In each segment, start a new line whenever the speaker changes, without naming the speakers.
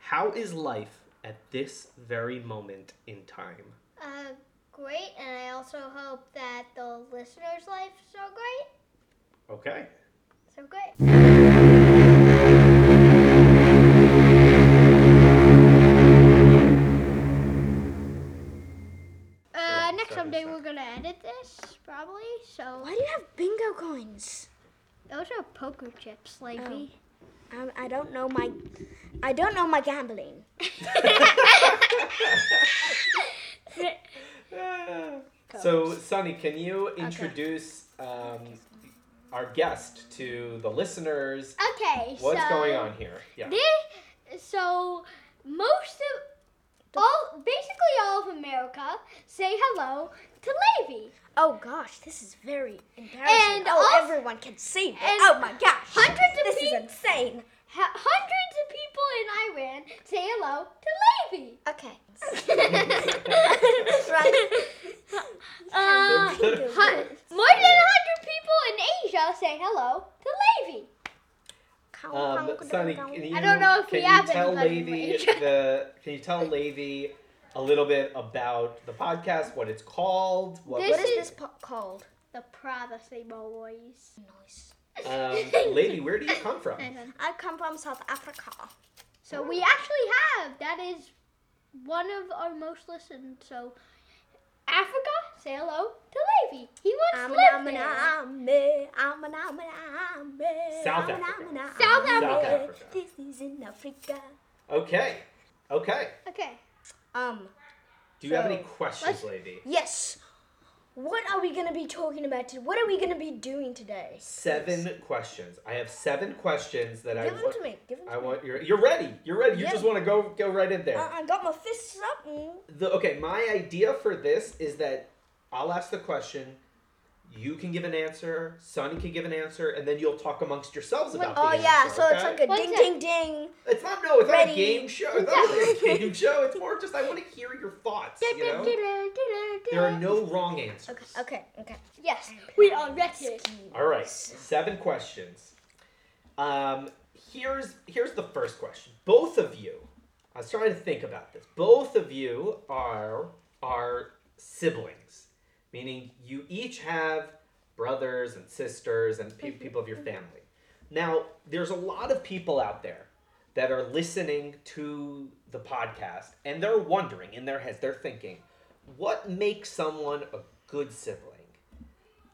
How is life at this very moment in time?
Uh, great, and I also hope that the listeners' life is so great.
Okay.
So great. Uh, Uh, next
sorry,
someday
sorry.
we're gonna edit this probably. So
Why do you have bingo coins?
those are poker chips, Lady.
Um, I don't know my, I don't know my gambling.
Ah. So, Sunny, can you introduce um, our guest to the listeners?
Oh.
Okay.
What's
so
going on here? Yeah.
This, so most of all, basically all of America, say hello to Levy.
Oh gosh, this is very embarrassing.
And
oh,
also-
everyone can see me.
and
oh my gosh,
hundreds of
this is
peop-
insane.
Ha- hundreds of people in Iran say hello to Levy.
Okay,
Uh,
Um,
hun- more than hundred people in Asia say hello to Levy.
Um, Sunny, can you,
I don't know if
can
we
you
have
tell
anybody in
Lady
Asia.
the Can you tell Lady a little bit about the podcast, what it's called, what
This
What
was-
is this po- called?
The Privacy Boys.
Noise.
um, Lady, where do you come from?
I come from South Africa.
So we actually have that is one of our most listened. So Africa, say hello to Levy. He
I'm
once
an
lived
I'm an
there.
I'm a- I'm an I'm an I'm a-
South
I'm an-
Africa.
I'm an- I'm
South
a-
Africa.
This is in Africa.
Okay. Okay.
Okay.
Um.
Do you have any
So,
questions, Lady?
Yes. What are we gonna be talking about? To- what are we gonna be doing today?
Seven questions. I have seven questions that I
Give them
want.
to me. Give them to
I
me.
want your. You're ready. You're ready. You
Yeah. Uh,
just want to go go right in there.
I-, I got my fists up. And-
the okay my idea for this is that i'll ask the question you can give an answer sonny can give an answer and then you'll talk amongst yourselves about
oh
the
yeah,
answer,
so it's
okay?
like a
What's
ding
it?
ding ding.
it's not no it's not a
Ready.
game show it's not really a game show it's more just i want to hear your thoughts you know there are no wrong answers
Okay, okay, okay.
Yes, we are wretched.
all right seven questions um here's here's the first question both of you i was trying to think about this both of you are are siblings meaning you each have brothers and sisters and pe- people of your family now there's a lot of people out there that are listening to the podcast and they're wondering in their heads they're thinking what makes someone a good sibling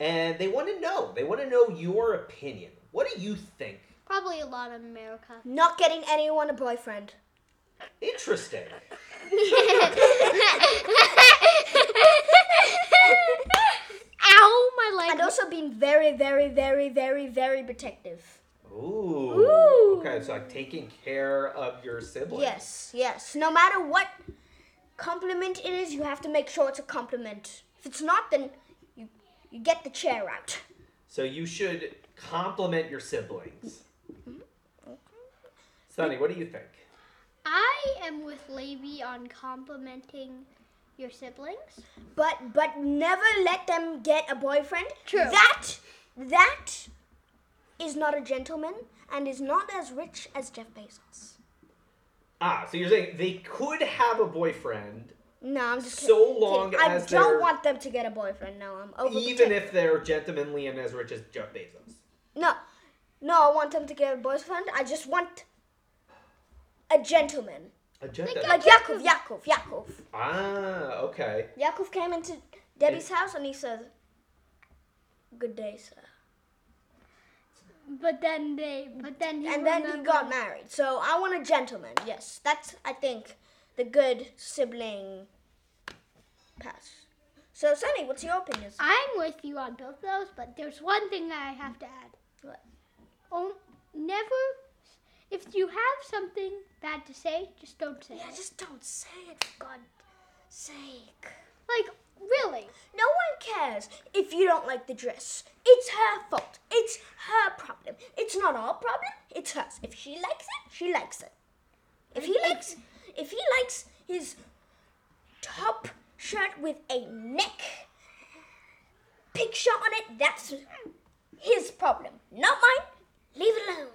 and they want to know. They want to know your opinion. What do you think?
Probably a lot of America.
Not getting anyone a boyfriend.
Interesting.
Ow, my leg.
And also being very, very, very, very, very protective.
Ooh.
Ooh.
Okay, so like taking care of your siblings.
Yes, yes. No matter what compliment it is, you have to make sure it's a compliment. If it's not, then you you get the chair out.
So you should compliment your siblings.
Mm-hmm.
Sonny, what do you think?
I am with Levy on complimenting your siblings.
But but never let them get a boyfriend.
True.
That that is not a gentleman and is not as rich as Jeff Bezos.
Ah, so you're saying they could have a boyfriend
No, I'm just kidding.
so long
I
as
don't
they're
want them to get a boyfriend. No, I'm over.
even if they're gentlemanly and as rich as Jeff Bezos.
no, no, I want them to get a boyfriend. I just want a gentleman.
A gentleman.
Like Yaakov, Yaakov, Yaakov.
ah, okay.
Yaakov came into Debbie's house and he said, "Good day, sir."
But then they, but then he
And then he
remembered-
got married. So I want a gentleman. Yes, that's I think the good sibling pass. So Sunny, what's your opinion?
I'm with you on both those, but there's one thing that I have to add.
What?
Oh, never. If you have something bad to say, just don't say
Yeah,
it.
just don't say it for God's sake.
Like really.
No one cares if you don't like the dress. It's her fault. It's her problem. It's not our problem. It's hers. If she likes it, she likes it. If he likes, if he likes his top shirt with a neck picture on it, that's his problem, not mine. Leave it alone.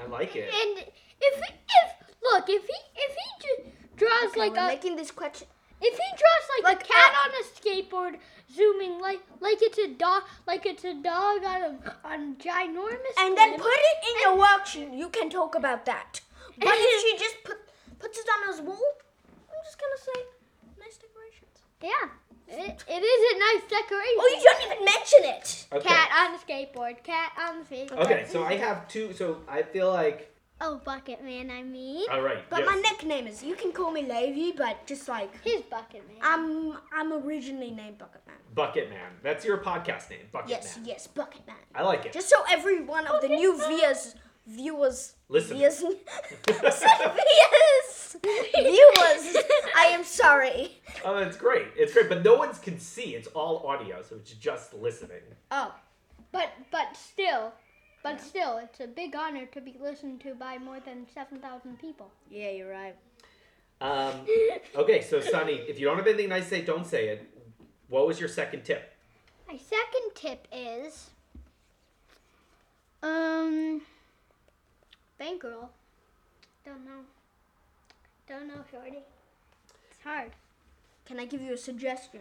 I like it.
And if if Look, if he if he ju- draws
Okay,
like
we're
a
making this question.
if he draws like,
Like,
a cat
uh,
on a skateboard zooming like like it's a dog like it's a dog on a on a ginormous
And then
limb,
put it in your worksheet. You can talk about that. But if she just put, puts it on his wall, I'm just gonna say, nice decorations.
yeah it, it is a nice decoration.
Oh, you don't even mention it.
Okay.
Cat on a skateboard. Cat on the skateboard.
Okay, so I have two. So I feel like.
Oh, bucket man. I mean,
All right.
But
yes.
my nickname is. You can call me Levy, but just like
his bucket man.
I'm, I'm originally named Bucket Man.
Bucket Man. That's your podcast name, Bucket
Yes,
Man.
yes, Bucket Man.
I like it.
Just so every one of the new viewers, viewers,
Listen.
viewers, viewers, viewers. I am sorry.
Oh, it's great. It's great, but no one's can see. It's all audio, so it's just listening.
Oh,
But but still, but still, it's a big honor to be listened to by more than seven thousand people.
yeah, you're right.
Um, okay, so Sunny, if you don't have anything nice to say, don't say it. What was your second tip?
My second tip is, um, bankroll. Don't know. Don't know, Shorty. It's hard.
Can I give you a suggestion?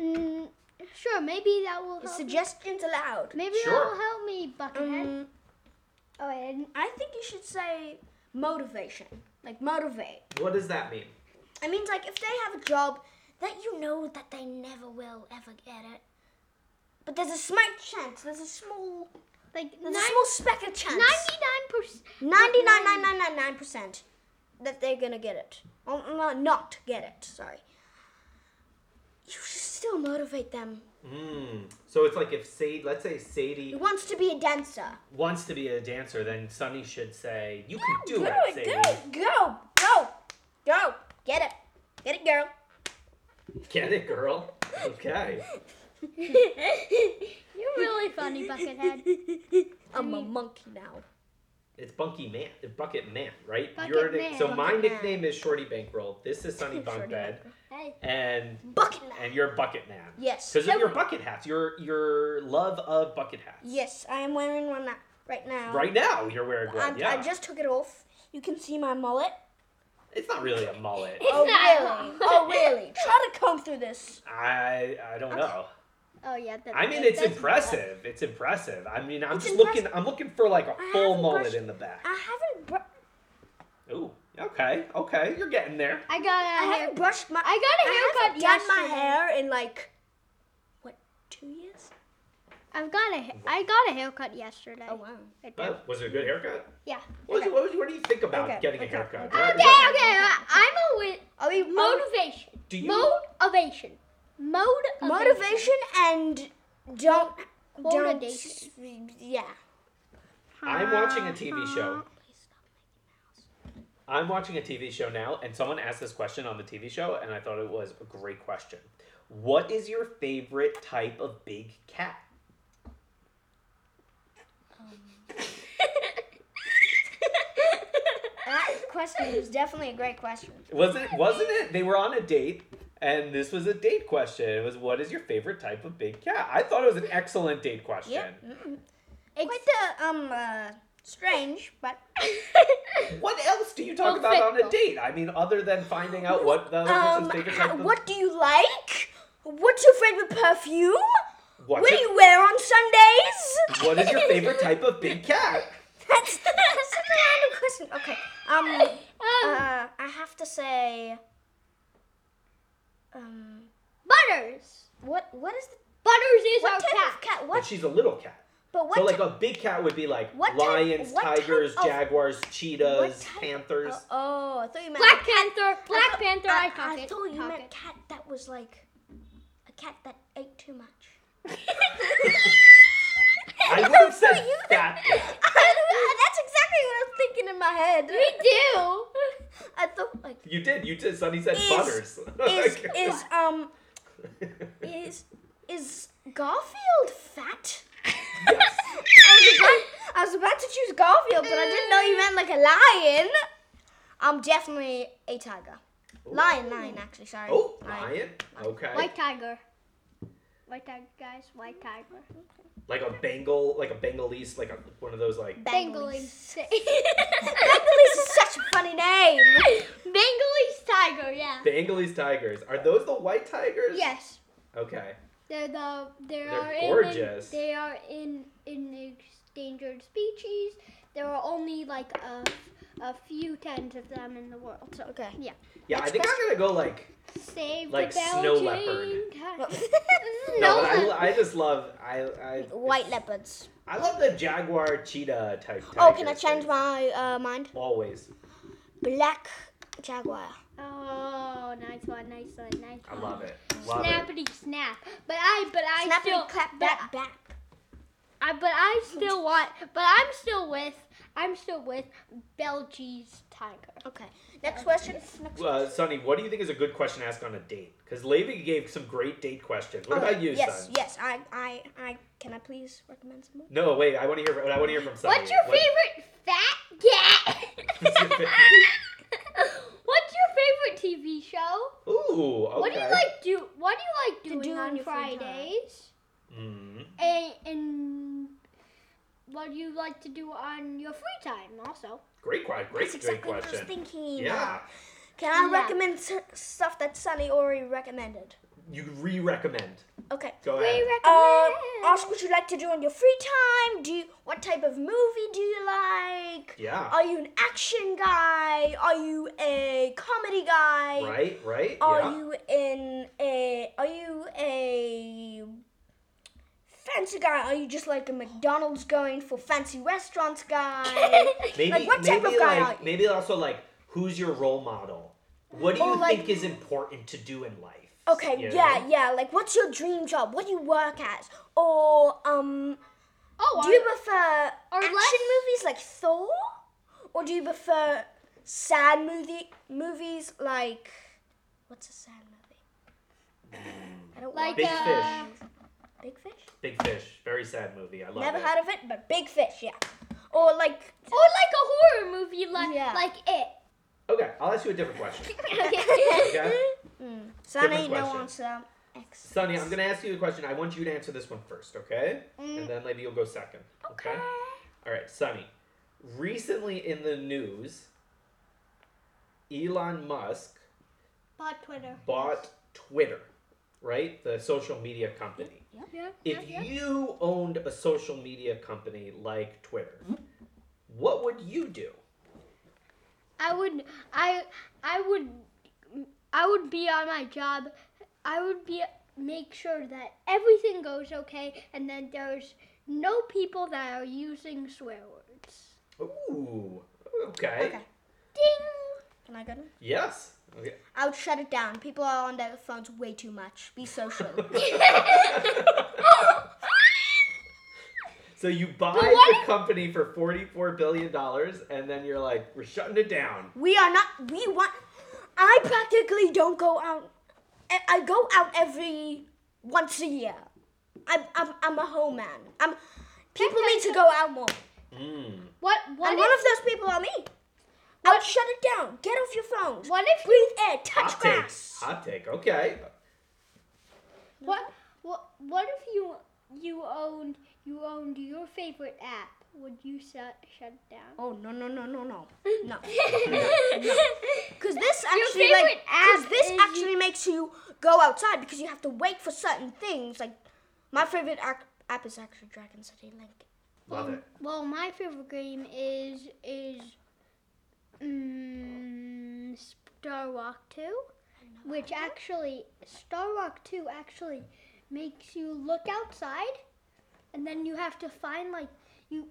Mm, sure, maybe that will help. me.
Suggestions allowed.
Maybe
Sure. Mm.
that will help me, Buckethead.
Um,
oh, I didn't.
I think you should say motivation. Like motivate.
What does that mean?
It means like if they have a job that you know that they never will ever get it. But there's a slight chance. There's a small.
Like
There's a small speck of chance.
ninety-nine percent.
99.999% that they're gonna get it. Or no, not get it, sorry. You should still motivate them.
Mm. So it's like if Sadie, let's say Sadie
He wants to be a dancer.
wants to be a dancer, then Sunny should say, "You can do,
Go,
it, Sadie."
go, go, go, go. Get it. Get it, girl.
Get it, girl? Okay.
You're really funny, Buckethead.
I'm a monkey now.
It's Bunky Man, Bucket Man, right?
Bucket
You're a
Man.
So my
Bucket Man.
nickname is Shorty Bankroll. This is Sunny
Shorty
Bunkbed,
Hey.
and
Bucket now.
and you're Bucket Man.
Yes.
Because of your bucket hats, your your love of bucket hats.
Yes, I am wearing one now, right now.
Right now, you're wearing
I,
one. Yeah.
I just took it off. You can see my mullet.
It's not really a mullet.
oh
not.
really? Oh really? Try to comb through this.
I I don't know.
Oh yeah. That,
I mean,
that-
it's
that's-
impressive. It's impressive. I mean, I'm
It's
just
impressive.
looking. I'm looking for like a full
haven't
mullet
brushed-
in the back.
I haven't br-
Ooh. Okay. Okay. You're getting there.
I got
I
a hair.
haven't brushed my.
I got a
I
haircut
haven't done my
yesterday.
hair in like what two years?
I've got a. I got a haircut yesterday.
Oh wow.
Right there.
Oh, was it a good haircut?
Yeah.
What, was- what, was- what do you think about
Okay,
getting
okay,
a haircut?
okay.
Okay.
What-
Okay. uh, I'm a win.
Are we motiv-
Motivation.
Do you?
Motivation. Mode.
motivation and don't don't
Motivation.
yeah.
I'm watching a TV show. I'm watching a TV show now, and someone asked this question on the TV show, and I thought it was a great question. What is your favorite type of big cat?
That question was definitely a great question.
Was it wasn't it? They were on a date, and this was a date question. It was what is your favorite type of big cat? I thought it was an excellent date question.
Yeah. Mm-mm. Quite the um uh, strange, but
What else do you talk
Oh,
about on a
fickle.
date? I mean, other than finding out what the other
um
person's favorite
ha-
type of
what do you like? What's your favorite perfume?
What's
what do
your-
you wear on Sundays?
what is your favorite type of big cat?
That's such a random question. Okay. Um.
Um,
Uh, I have to say. Um.
Butters.
What? What is the
Butters is
what
our
type
cat.
of cat?
But
What?
she's a little cat.
But what?
so like
ti-
a big cat would be like
What type-
lions,
what type
tigers,
of-
jaguars,
what
cheetahs,
type-
panthers.
Oh, oh, I thought you meant.
Black Panther.
I
Black
thought-
Panther.
I,
I cock
I
it.
thought you
Cock
meant
it.
cat that was like a cat that ate too much.
I would have said fat cat.
That's exactly what I was thinking in my head.
We do.
I thought like
You did. You did. Sunny said
Is-
butters.
is is um is is Garfield fat?
Yes.
I was, about, I was about to choose Garfield, but I didn't know you meant like a lion. I'm definitely a tiger. Lion, lion, actually, sorry.
Oh, lion. Okay.
White tiger. White tiger, guys. White tiger.
like a Bengal, like a Bengalese, like a, one of those like
Bengalese.
Bengalese is such a funny name.
Bengalese tiger, yeah.
Bengalese tigers. Are those the white tigers?
Yes.
Okay.
They're the they
They're
are in-
gorgeous.
In, they are in in endangered species. There are only like a, a few tens of them in the world. So
Okay.
yeah,
Yeah, I
Next
think I'm gonna go like
save
Like
the
snow
Belgian
leopard.
tiger.
no.
No,
I,
le-
I just love I I
White leopards.
I love the jaguar cheetah type.
Oh, can I
tiger
change
thing.
my uh, mind?
Always.
Black jaguar.
Oh, nice one, nice one, nice
I
one.
love it. Love it.
Snappity snap. But I but I
Snappy
still
clap
but
back back.
I but I still want but I'm still with I'm still with Belgie's tiger.
Okay. Next question. Next
Uh, Sonny, what do you think is a good question to ask on a date? Because Levy gave some great date questions. What
Okay,
about you,
Yes,
Sonny?
yes. I, I, I. Can I please recommend some more?
No, wait. I want to hear. I want to hear from Sonny.
What's your
What-
favorite fat cat? What's your favorite TV show?
Ooh. Okay.
What do you like do what do you
To
like doing
do in
on
your free time.
Fridays?
Mm.
And, and what do you like to do on your free time also?
Great, que- great,
That's
great
exactly what I was
question.
thinking. uh,
Yeah.
Can I
Yeah.
recommend s- stuff that Sunny already recommended?
You re-recommend.
Okay.
Go
We
ahead.
Uh,
recommend
ask what you like to do on your free time. Do you, what type of movie do you like?
yeah.
Are you an action guy? Are you a comedy guy?
Right. Right.
Are
yeah.
you in a? Are you a fancy guy? Are you just like a McDonald's going for fancy restaurants guy?
Maybe.
like, what
maybe
type of guy
like,
are you?
Maybe also like, who's your role model? What do you
Or, like-
think is important to do in life?
Okay,
You
yeah,
know?
yeah. Like, what's your dream job? What do you work as? Or um,
Oh,
do
I-
you prefer
or
action
less-
movies like Thor, or do you prefer sad movie movies like what's a sad movie?
Mm.
I don't
like
watch-
Big
uh,
Big Fish.
Big Fish. Very sad movie. I love
Never
it.
heard of it, but Big Fish, yeah. Or like
Or like a horror movie, like
Yeah.
like it.
Okay, I'll ask you a different question. Okay.
Hmm. Sunny,
Different
no um,
question.
answer. X.
Sonny, I'm gonna ask you a question. I want you to answer this one first, okay? And then maybe you'll go second. Okay. All right, Sonny. Recently in the news, Elon Musk
Bought Twitter.
bought Twitter, right? The social media company.
Yeah.
If you owned a social media company like Twitter, what would you do?
I would I I would I would be on my job. I would be make sure that everything goes okay and that there's no people that are using swear words.
Ooh. Okay.
Okay.
Ding.
Can I go? now?
Yes. Okay.
I would shut it down. People are on their phones way too much. Be social.
So you buy the
what
company for forty-four billion dollars, and then you're like, "We're shutting it down."
we are not. We want. I practically don't go out. e, I- I go out every once a year. I'm I'm, I'm a home man. I'm. People need to go out more.
Mm.
What what
and
if,
one of those people are me. I would shut it down. Get off your phones.
what if
Breathe air. Touch
Hot take.
grass.
Hot take. Okay.
What what what if you you owned you owned your favorite app? Would you shut shut it down?
Oh no no no no no no. Because
Because
this
Your
actually
favorite
like 'cause
app
this
is-
actually makes you go outside because you have to wait for certain things. Like my favorite ac- app is actually Dragon City Link.
Love it.
Well, my favorite game is is um, Star Rock Two, which actually Star Rock Two actually makes you look outside, and then you have to find like you.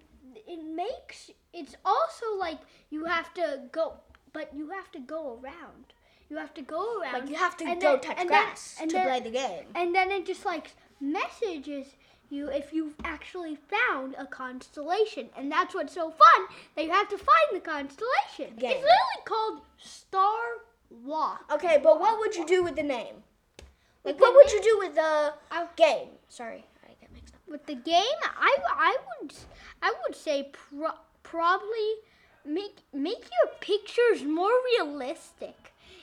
It makes it's also like you have to go, but you have to go around. You have to go around.
Like you have to
and
go
then-
touch
and then-
grass
and
to
then-
play the game.
and then it just like messages you if you've actually found a constellation. And that's what's so fun that you have to find the constellation.
Game.
It's literally called Star Walk.
Okay, but what would you do with the name? Like
With
what
the
would you do with the
I-
game? Sorry, I get mixed up.
With the game, I, I would I would say pro- probably make make your pictures more realistic.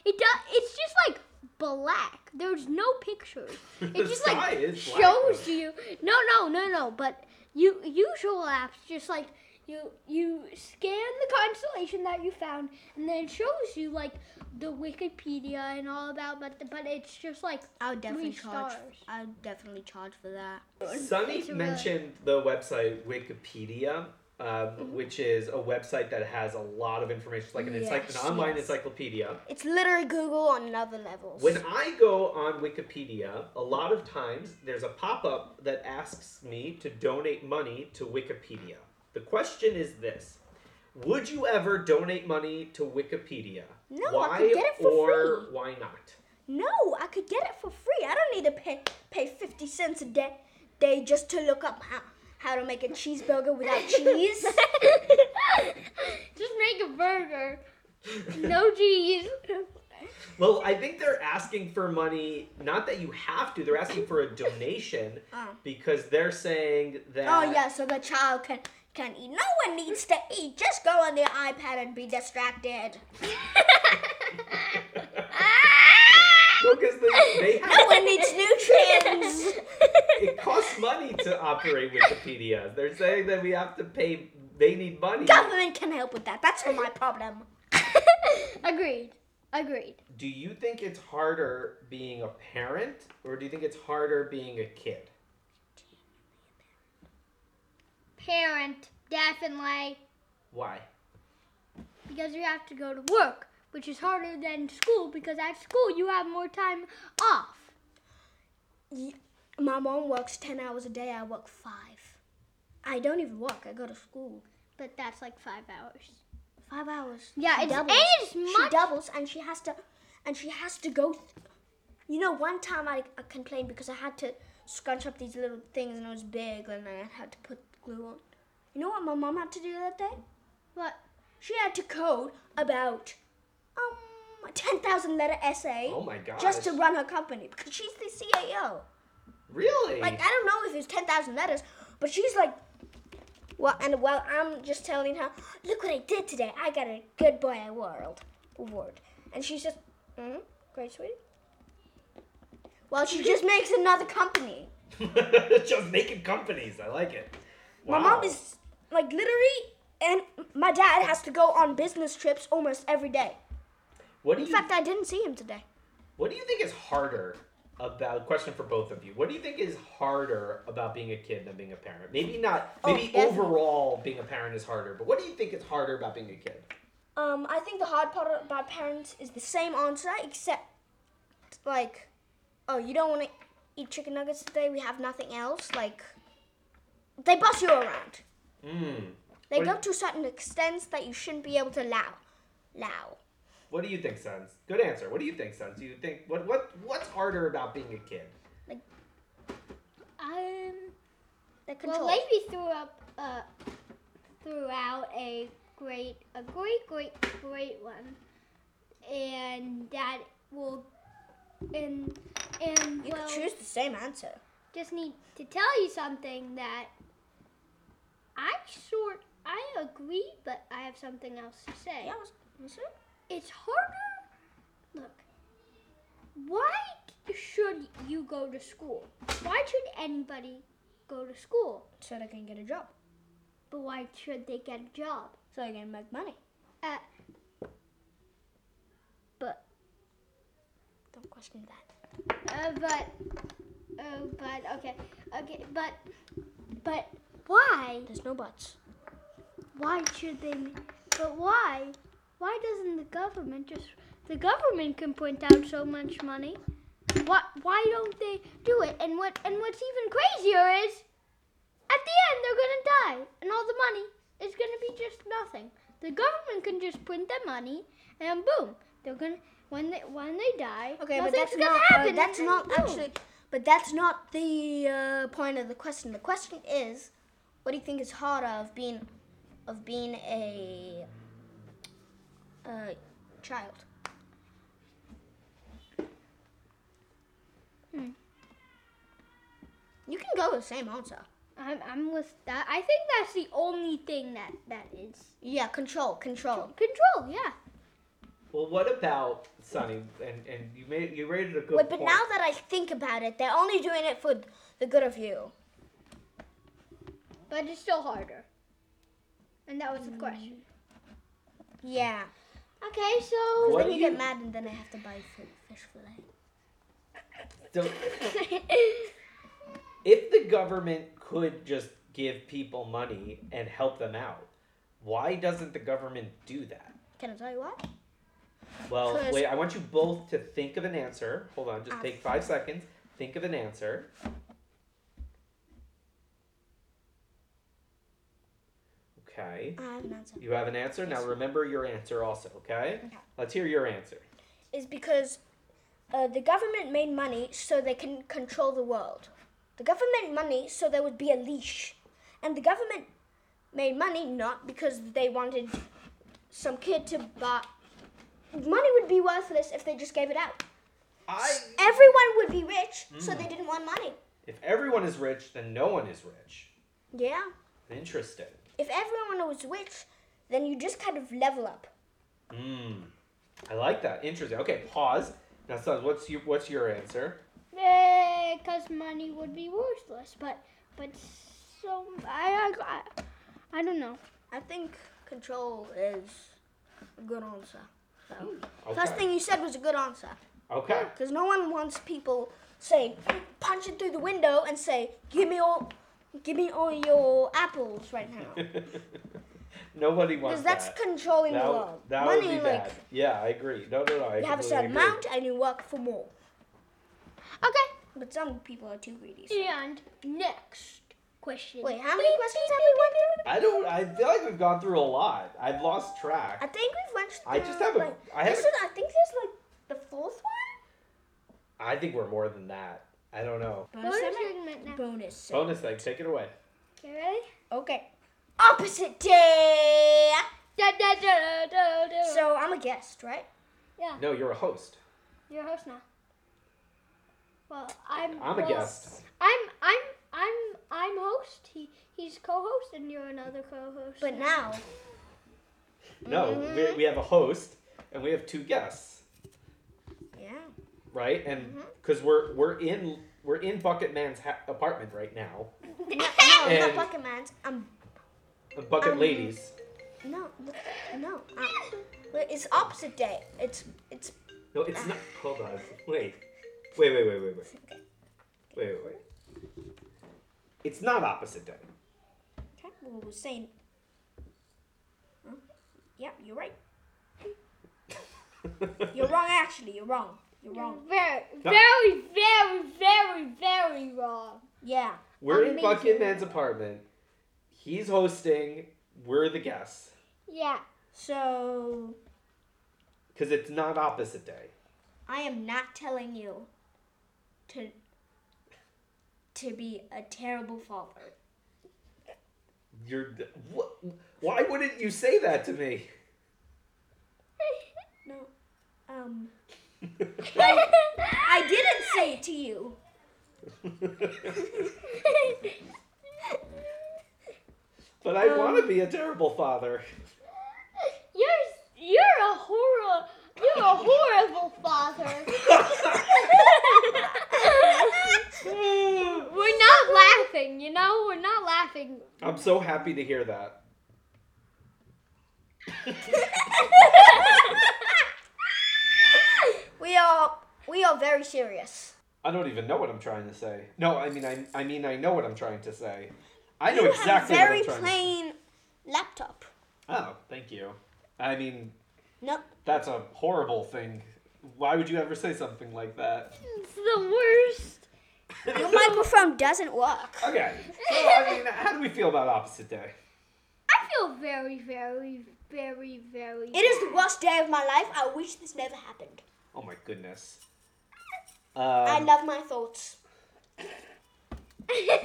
It does, it's just like black. There's no pictures.
The
It just
sky
like
is black,
shows
though.
you. No, no, no, no. But you usual apps just like you you scan the constellation that you found, and then it shows you like the Wikipedia and all about. But but it's just like
I would definitely
Three
charge.
stars.
I would definitely charge for that.
Sunny
It's a really-
mentioned the website Wikipedia, um, which is a website that has a lot of information, It's like an, encycl-
Yes,
an online
yes.
encyclopedia.
It's literally Google on another level.
When I go on Wikipedia, a lot of times there's a pop up that asks me to donate money to Wikipedia. The question is this Would you ever donate money to Wikipedia?
No, I
why
could get it for
or why not?
No, I could get it for free. I don't need to pay pay fifty cents a day day just to look up how, how to make a cheeseburger without cheese.
just make a burger. No cheese.
Well, I think they're asking for money, not that you have to, they're asking for a donation
Oh.
because they're saying that.
oh yeah, so the child can can eat. No one needs to eat. Just go on their iPad and be distracted.
Because they, they
No
have,
one needs nutrients.
it costs money to operate Wikipedia. They're saying that we have to pay, they need money.
Government can help with that. That's not my problem.
Agreed. Agreed.
Do you think it's harder being a parent or do you think it's harder being a kid?
Parent, definitely.
Why?
because you have to go to work, which is harder than school because at school you have more time off.
Y- My mom works ten hours a day. I work five. I don't even work. I go to school.
But that's like five hours.
Five hours.
Yeah,
She
it's, and
doubles.
it's
she
much.
doubles and she has to and she has to go you know one time I, I complained because i had to scrunch up these little things and it was big and i had to put glue on you know what my mom had to do that day
What?
she had to code about um a 10000 letter essay
Oh my gosh.
just to run her company because she's the ceo
Really?
like i don't know if it was 10000 letters but she's like well and well i'm just telling her look what i did today i got a good boy award award and she's just mm great sweetie well she just makes another company
just making companies. I like it.
my mom
Wow.
is like literally and my dad has to go on business trips almost every day
What do
in
you
fact i didn't see him today
What do you think is harder about question for both of you? What do you think is harder about being a kid than being a parent? Maybe not
Oh,
maybe
definitely.
overall being a parent is harder, but what do you think is harder about being a kid?
Um, I think the hard part about parents is the same answer, except like, oh, you don't want to eat chicken nuggets today. We have nothing else. Like, they boss you around.
Mm.
They
What do
go
you-
to certain extents that you shouldn't be able to allow. Allow.
What do you think, Sons? Good answer. What do you think, Sons? Do you think what what what's harder about being a kid?
Um.
They control.
Well, Lady threw up. Uh, threw out a great, a great, great, great one, and that will, and and
you
well,
could choose the same answer.
just need to tell you something that I'm sort. I agree, but I have something else to say.
Yeah. was- was it?
it's harder. Look, why should you go to school? Why should anybody go to school?
So they can get a job.
But why should they get a job?
So they can make money.
Uh, but,
Don't question that.
uh, but, uh, but, okay, okay, but, but why?
There's no buts.
Why should they? But why? Why doesn't the government just? The government can print out so much money. What? Why don't they do it? And what? And what's even crazier is, at the end they're gonna die, and all the money is gonna be just nothing. The government can just print their money, and boom, they're gonna when they when they die.
Okay, but
nothing's
that's
gonna
not. uh,
happen.
that's
and-
not
and boom.
actually. But that's not the uh, point of the question. The question is, what do you think is harder of being, of being a, uh, child?
Hmm.
You can go with the same answer.
I'm I'm with that. I think that's the only thing that that is
Yeah, control, control.
control. Yeah.
Well, what about Sonny? And and you made you rated a good
Wait, but
point.
now that I think about it, they're only doing it for the good of you.
But it's still harder. And that was the question.
Yeah.
Mm. Okay, so
What
then
do
you,
you-
get mad and then I have to buy fi- fish fillet.
So, if the government could just give people money and help them out, why doesn't the government do that?
Can I tell you what?
Well,
Because-
wait, I want you both to think of an answer. Hold on, just
I-
take five seconds. Think of an answer. Okay.
I have an answer.
You have an answer? Now remember your answer also, okay?
Okay.
Let's hear your answer.
Is because uh, the government made money so they can control the world. The government money so there would be a leash, and the government made money not because they wanted some kid to buy. Money would be worthless if they just gave it out.
I
Everyone would be rich, so they didn't want money.
If everyone is rich, then no one is rich.
Yeah.
Interesting.
If everyone was rich, then you just kind of level up.
Mmm. I like that. Interesting. Okay, pause. Now, Sons, what's your what's your answer?
Because money would be worthless, but but so I I, I don't know.
I think control is a good answer. So.
Okay.
First thing you said was a good answer.
Okay.
Because no one wants people saying, punch it through the window and say, give me all, give me all your apples right now.
Nobody wants
Because that's
that.
controlling
that,
the
w-
world.
that
Money,
would be
like,
bad. Yeah, I agree. No, no, no. I
you have a
completely
certain
agree.
amount and you work for more.
Okay,
But some people are too greedy. so-
and next question.
Wait, how many questions have we went through?
I don't. I feel like we've gone through a lot. I've lost
I
track.
think we've went through,
I just have a-
like,
I have
this
a-
is, I think there's, like, the fourth one?
I think we're more than that. I don't know.
Bonus segment now.
Bonus. segment.
Bonus thing. Take it away.
Okay, ready?
Okay. Opposite day.
Da, da, da, da, da, da.
So I'm a guest, right?
No, you're a host.
You're a host now. Well, I'm.
I'm a
well,
guest.
I'm I'm I'm I'm host. He he's co-host, and you're another co-host.
But now,
No,
Mm-hmm.
we, we have a host and we have two guests,
yeah.
right? And
Mm-hmm.
because we're we're in we're in Bucket Man's ha- apartment right now,
No, no,
And-
not Bucket Man's. I'm
Uh, Bucket
Um,
Ladies.
no, no. i it's opposite day. It's it's
No, it's not. Hold on. Wait. Wait, wait, wait, wait, wait. Wait, wait, wait. It's not opposite day.
okay. We were saying. Huh? Yeah, you're right. You're wrong. Actually, you're wrong. You're wrong.
very
No.
very very very very wrong.
Yeah.
We're in
Amazing.
Bucket Man's apartment. He's hosting. We're the guests.
Yeah.
So
Because it's not opposite day.
I am not telling you to to be a terrible father.
You're. What, why wouldn't you say that to me?
No. Um.
I
I didn't say it to you.
but
Um,
I want to be a terrible father.
You're you're a horror. You're a horrible father. We're not laughing, you know. We're not laughing.
I'm so happy to hear that.
We are we are very serious.
I don't even know what I'm trying to say. No, I mean I, I mean I know what I'm trying to say. I know exactly
you have very
what I'm trying
plain laptop.
to say. Oh, thank you. I mean,
No,
that's a horrible thing. Why would you ever say something like that?
It's the worst.
your microphone doesn't work.
Okay. So, I mean, how do we feel about opposite day?
I feel very, very, very, very.
It is the worst day of my life. I wish this never happened.
Oh my goodness.
I
Um,
love my thoughts. I mean,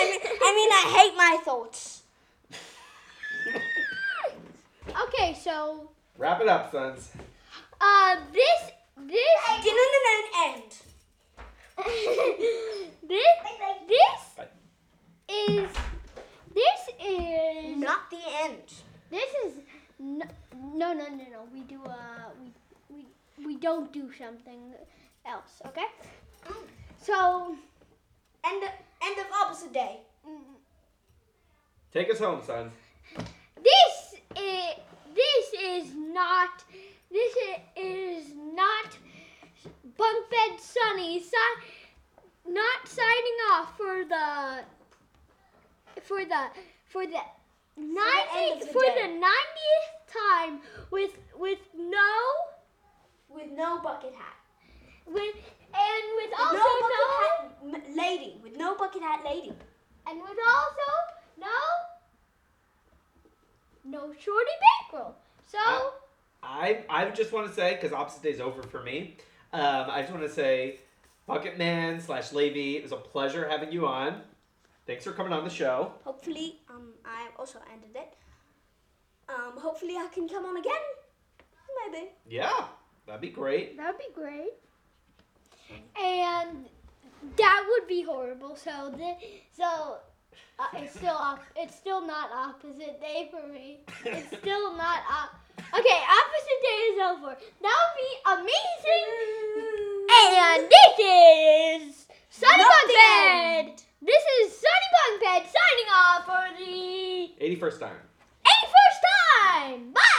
I mean, I, mean, I hate my thoughts.
okay, so
wrap it up, sons.
uh, this,
Didn't
this,
it end?
this, this is, this is,
Not the end.
this is. No, no, no, no, no. We do a don't do something else, okay? So,
End of, end of opposite day.
mm,
Take us home, sons.
this is, this is not, this i- is not Bunk Bed Sunny si- not signing off for the, for the, for the,
end
90,
of the
for the
day.
90th time with, with no
With no bucket hat.
With and with also
no bucket
no,
hat m- lady. With no bucket hat lady.
and with also no no shorty bankroll. So
Uh, I I just want to say because opposite day's over for me. Um, I just want to say, Bucket Man slash Levy, it was a pleasure having you on. Thanks for coming on the show.
Hopefully, um, I also ended it. Um, hopefully I can come on again. Maybe.
Yeah, that'd be great.
that'd be great. And that would be horrible. So the so uh, it's still op- it's still not opposite day for me. It's still not op- okay. Opposite day is over. That would be amazing. And this is Sunny Bunk Bed. This is Sunny Bunk Bed signing off for the
Eighty first time.
81st time. Bye.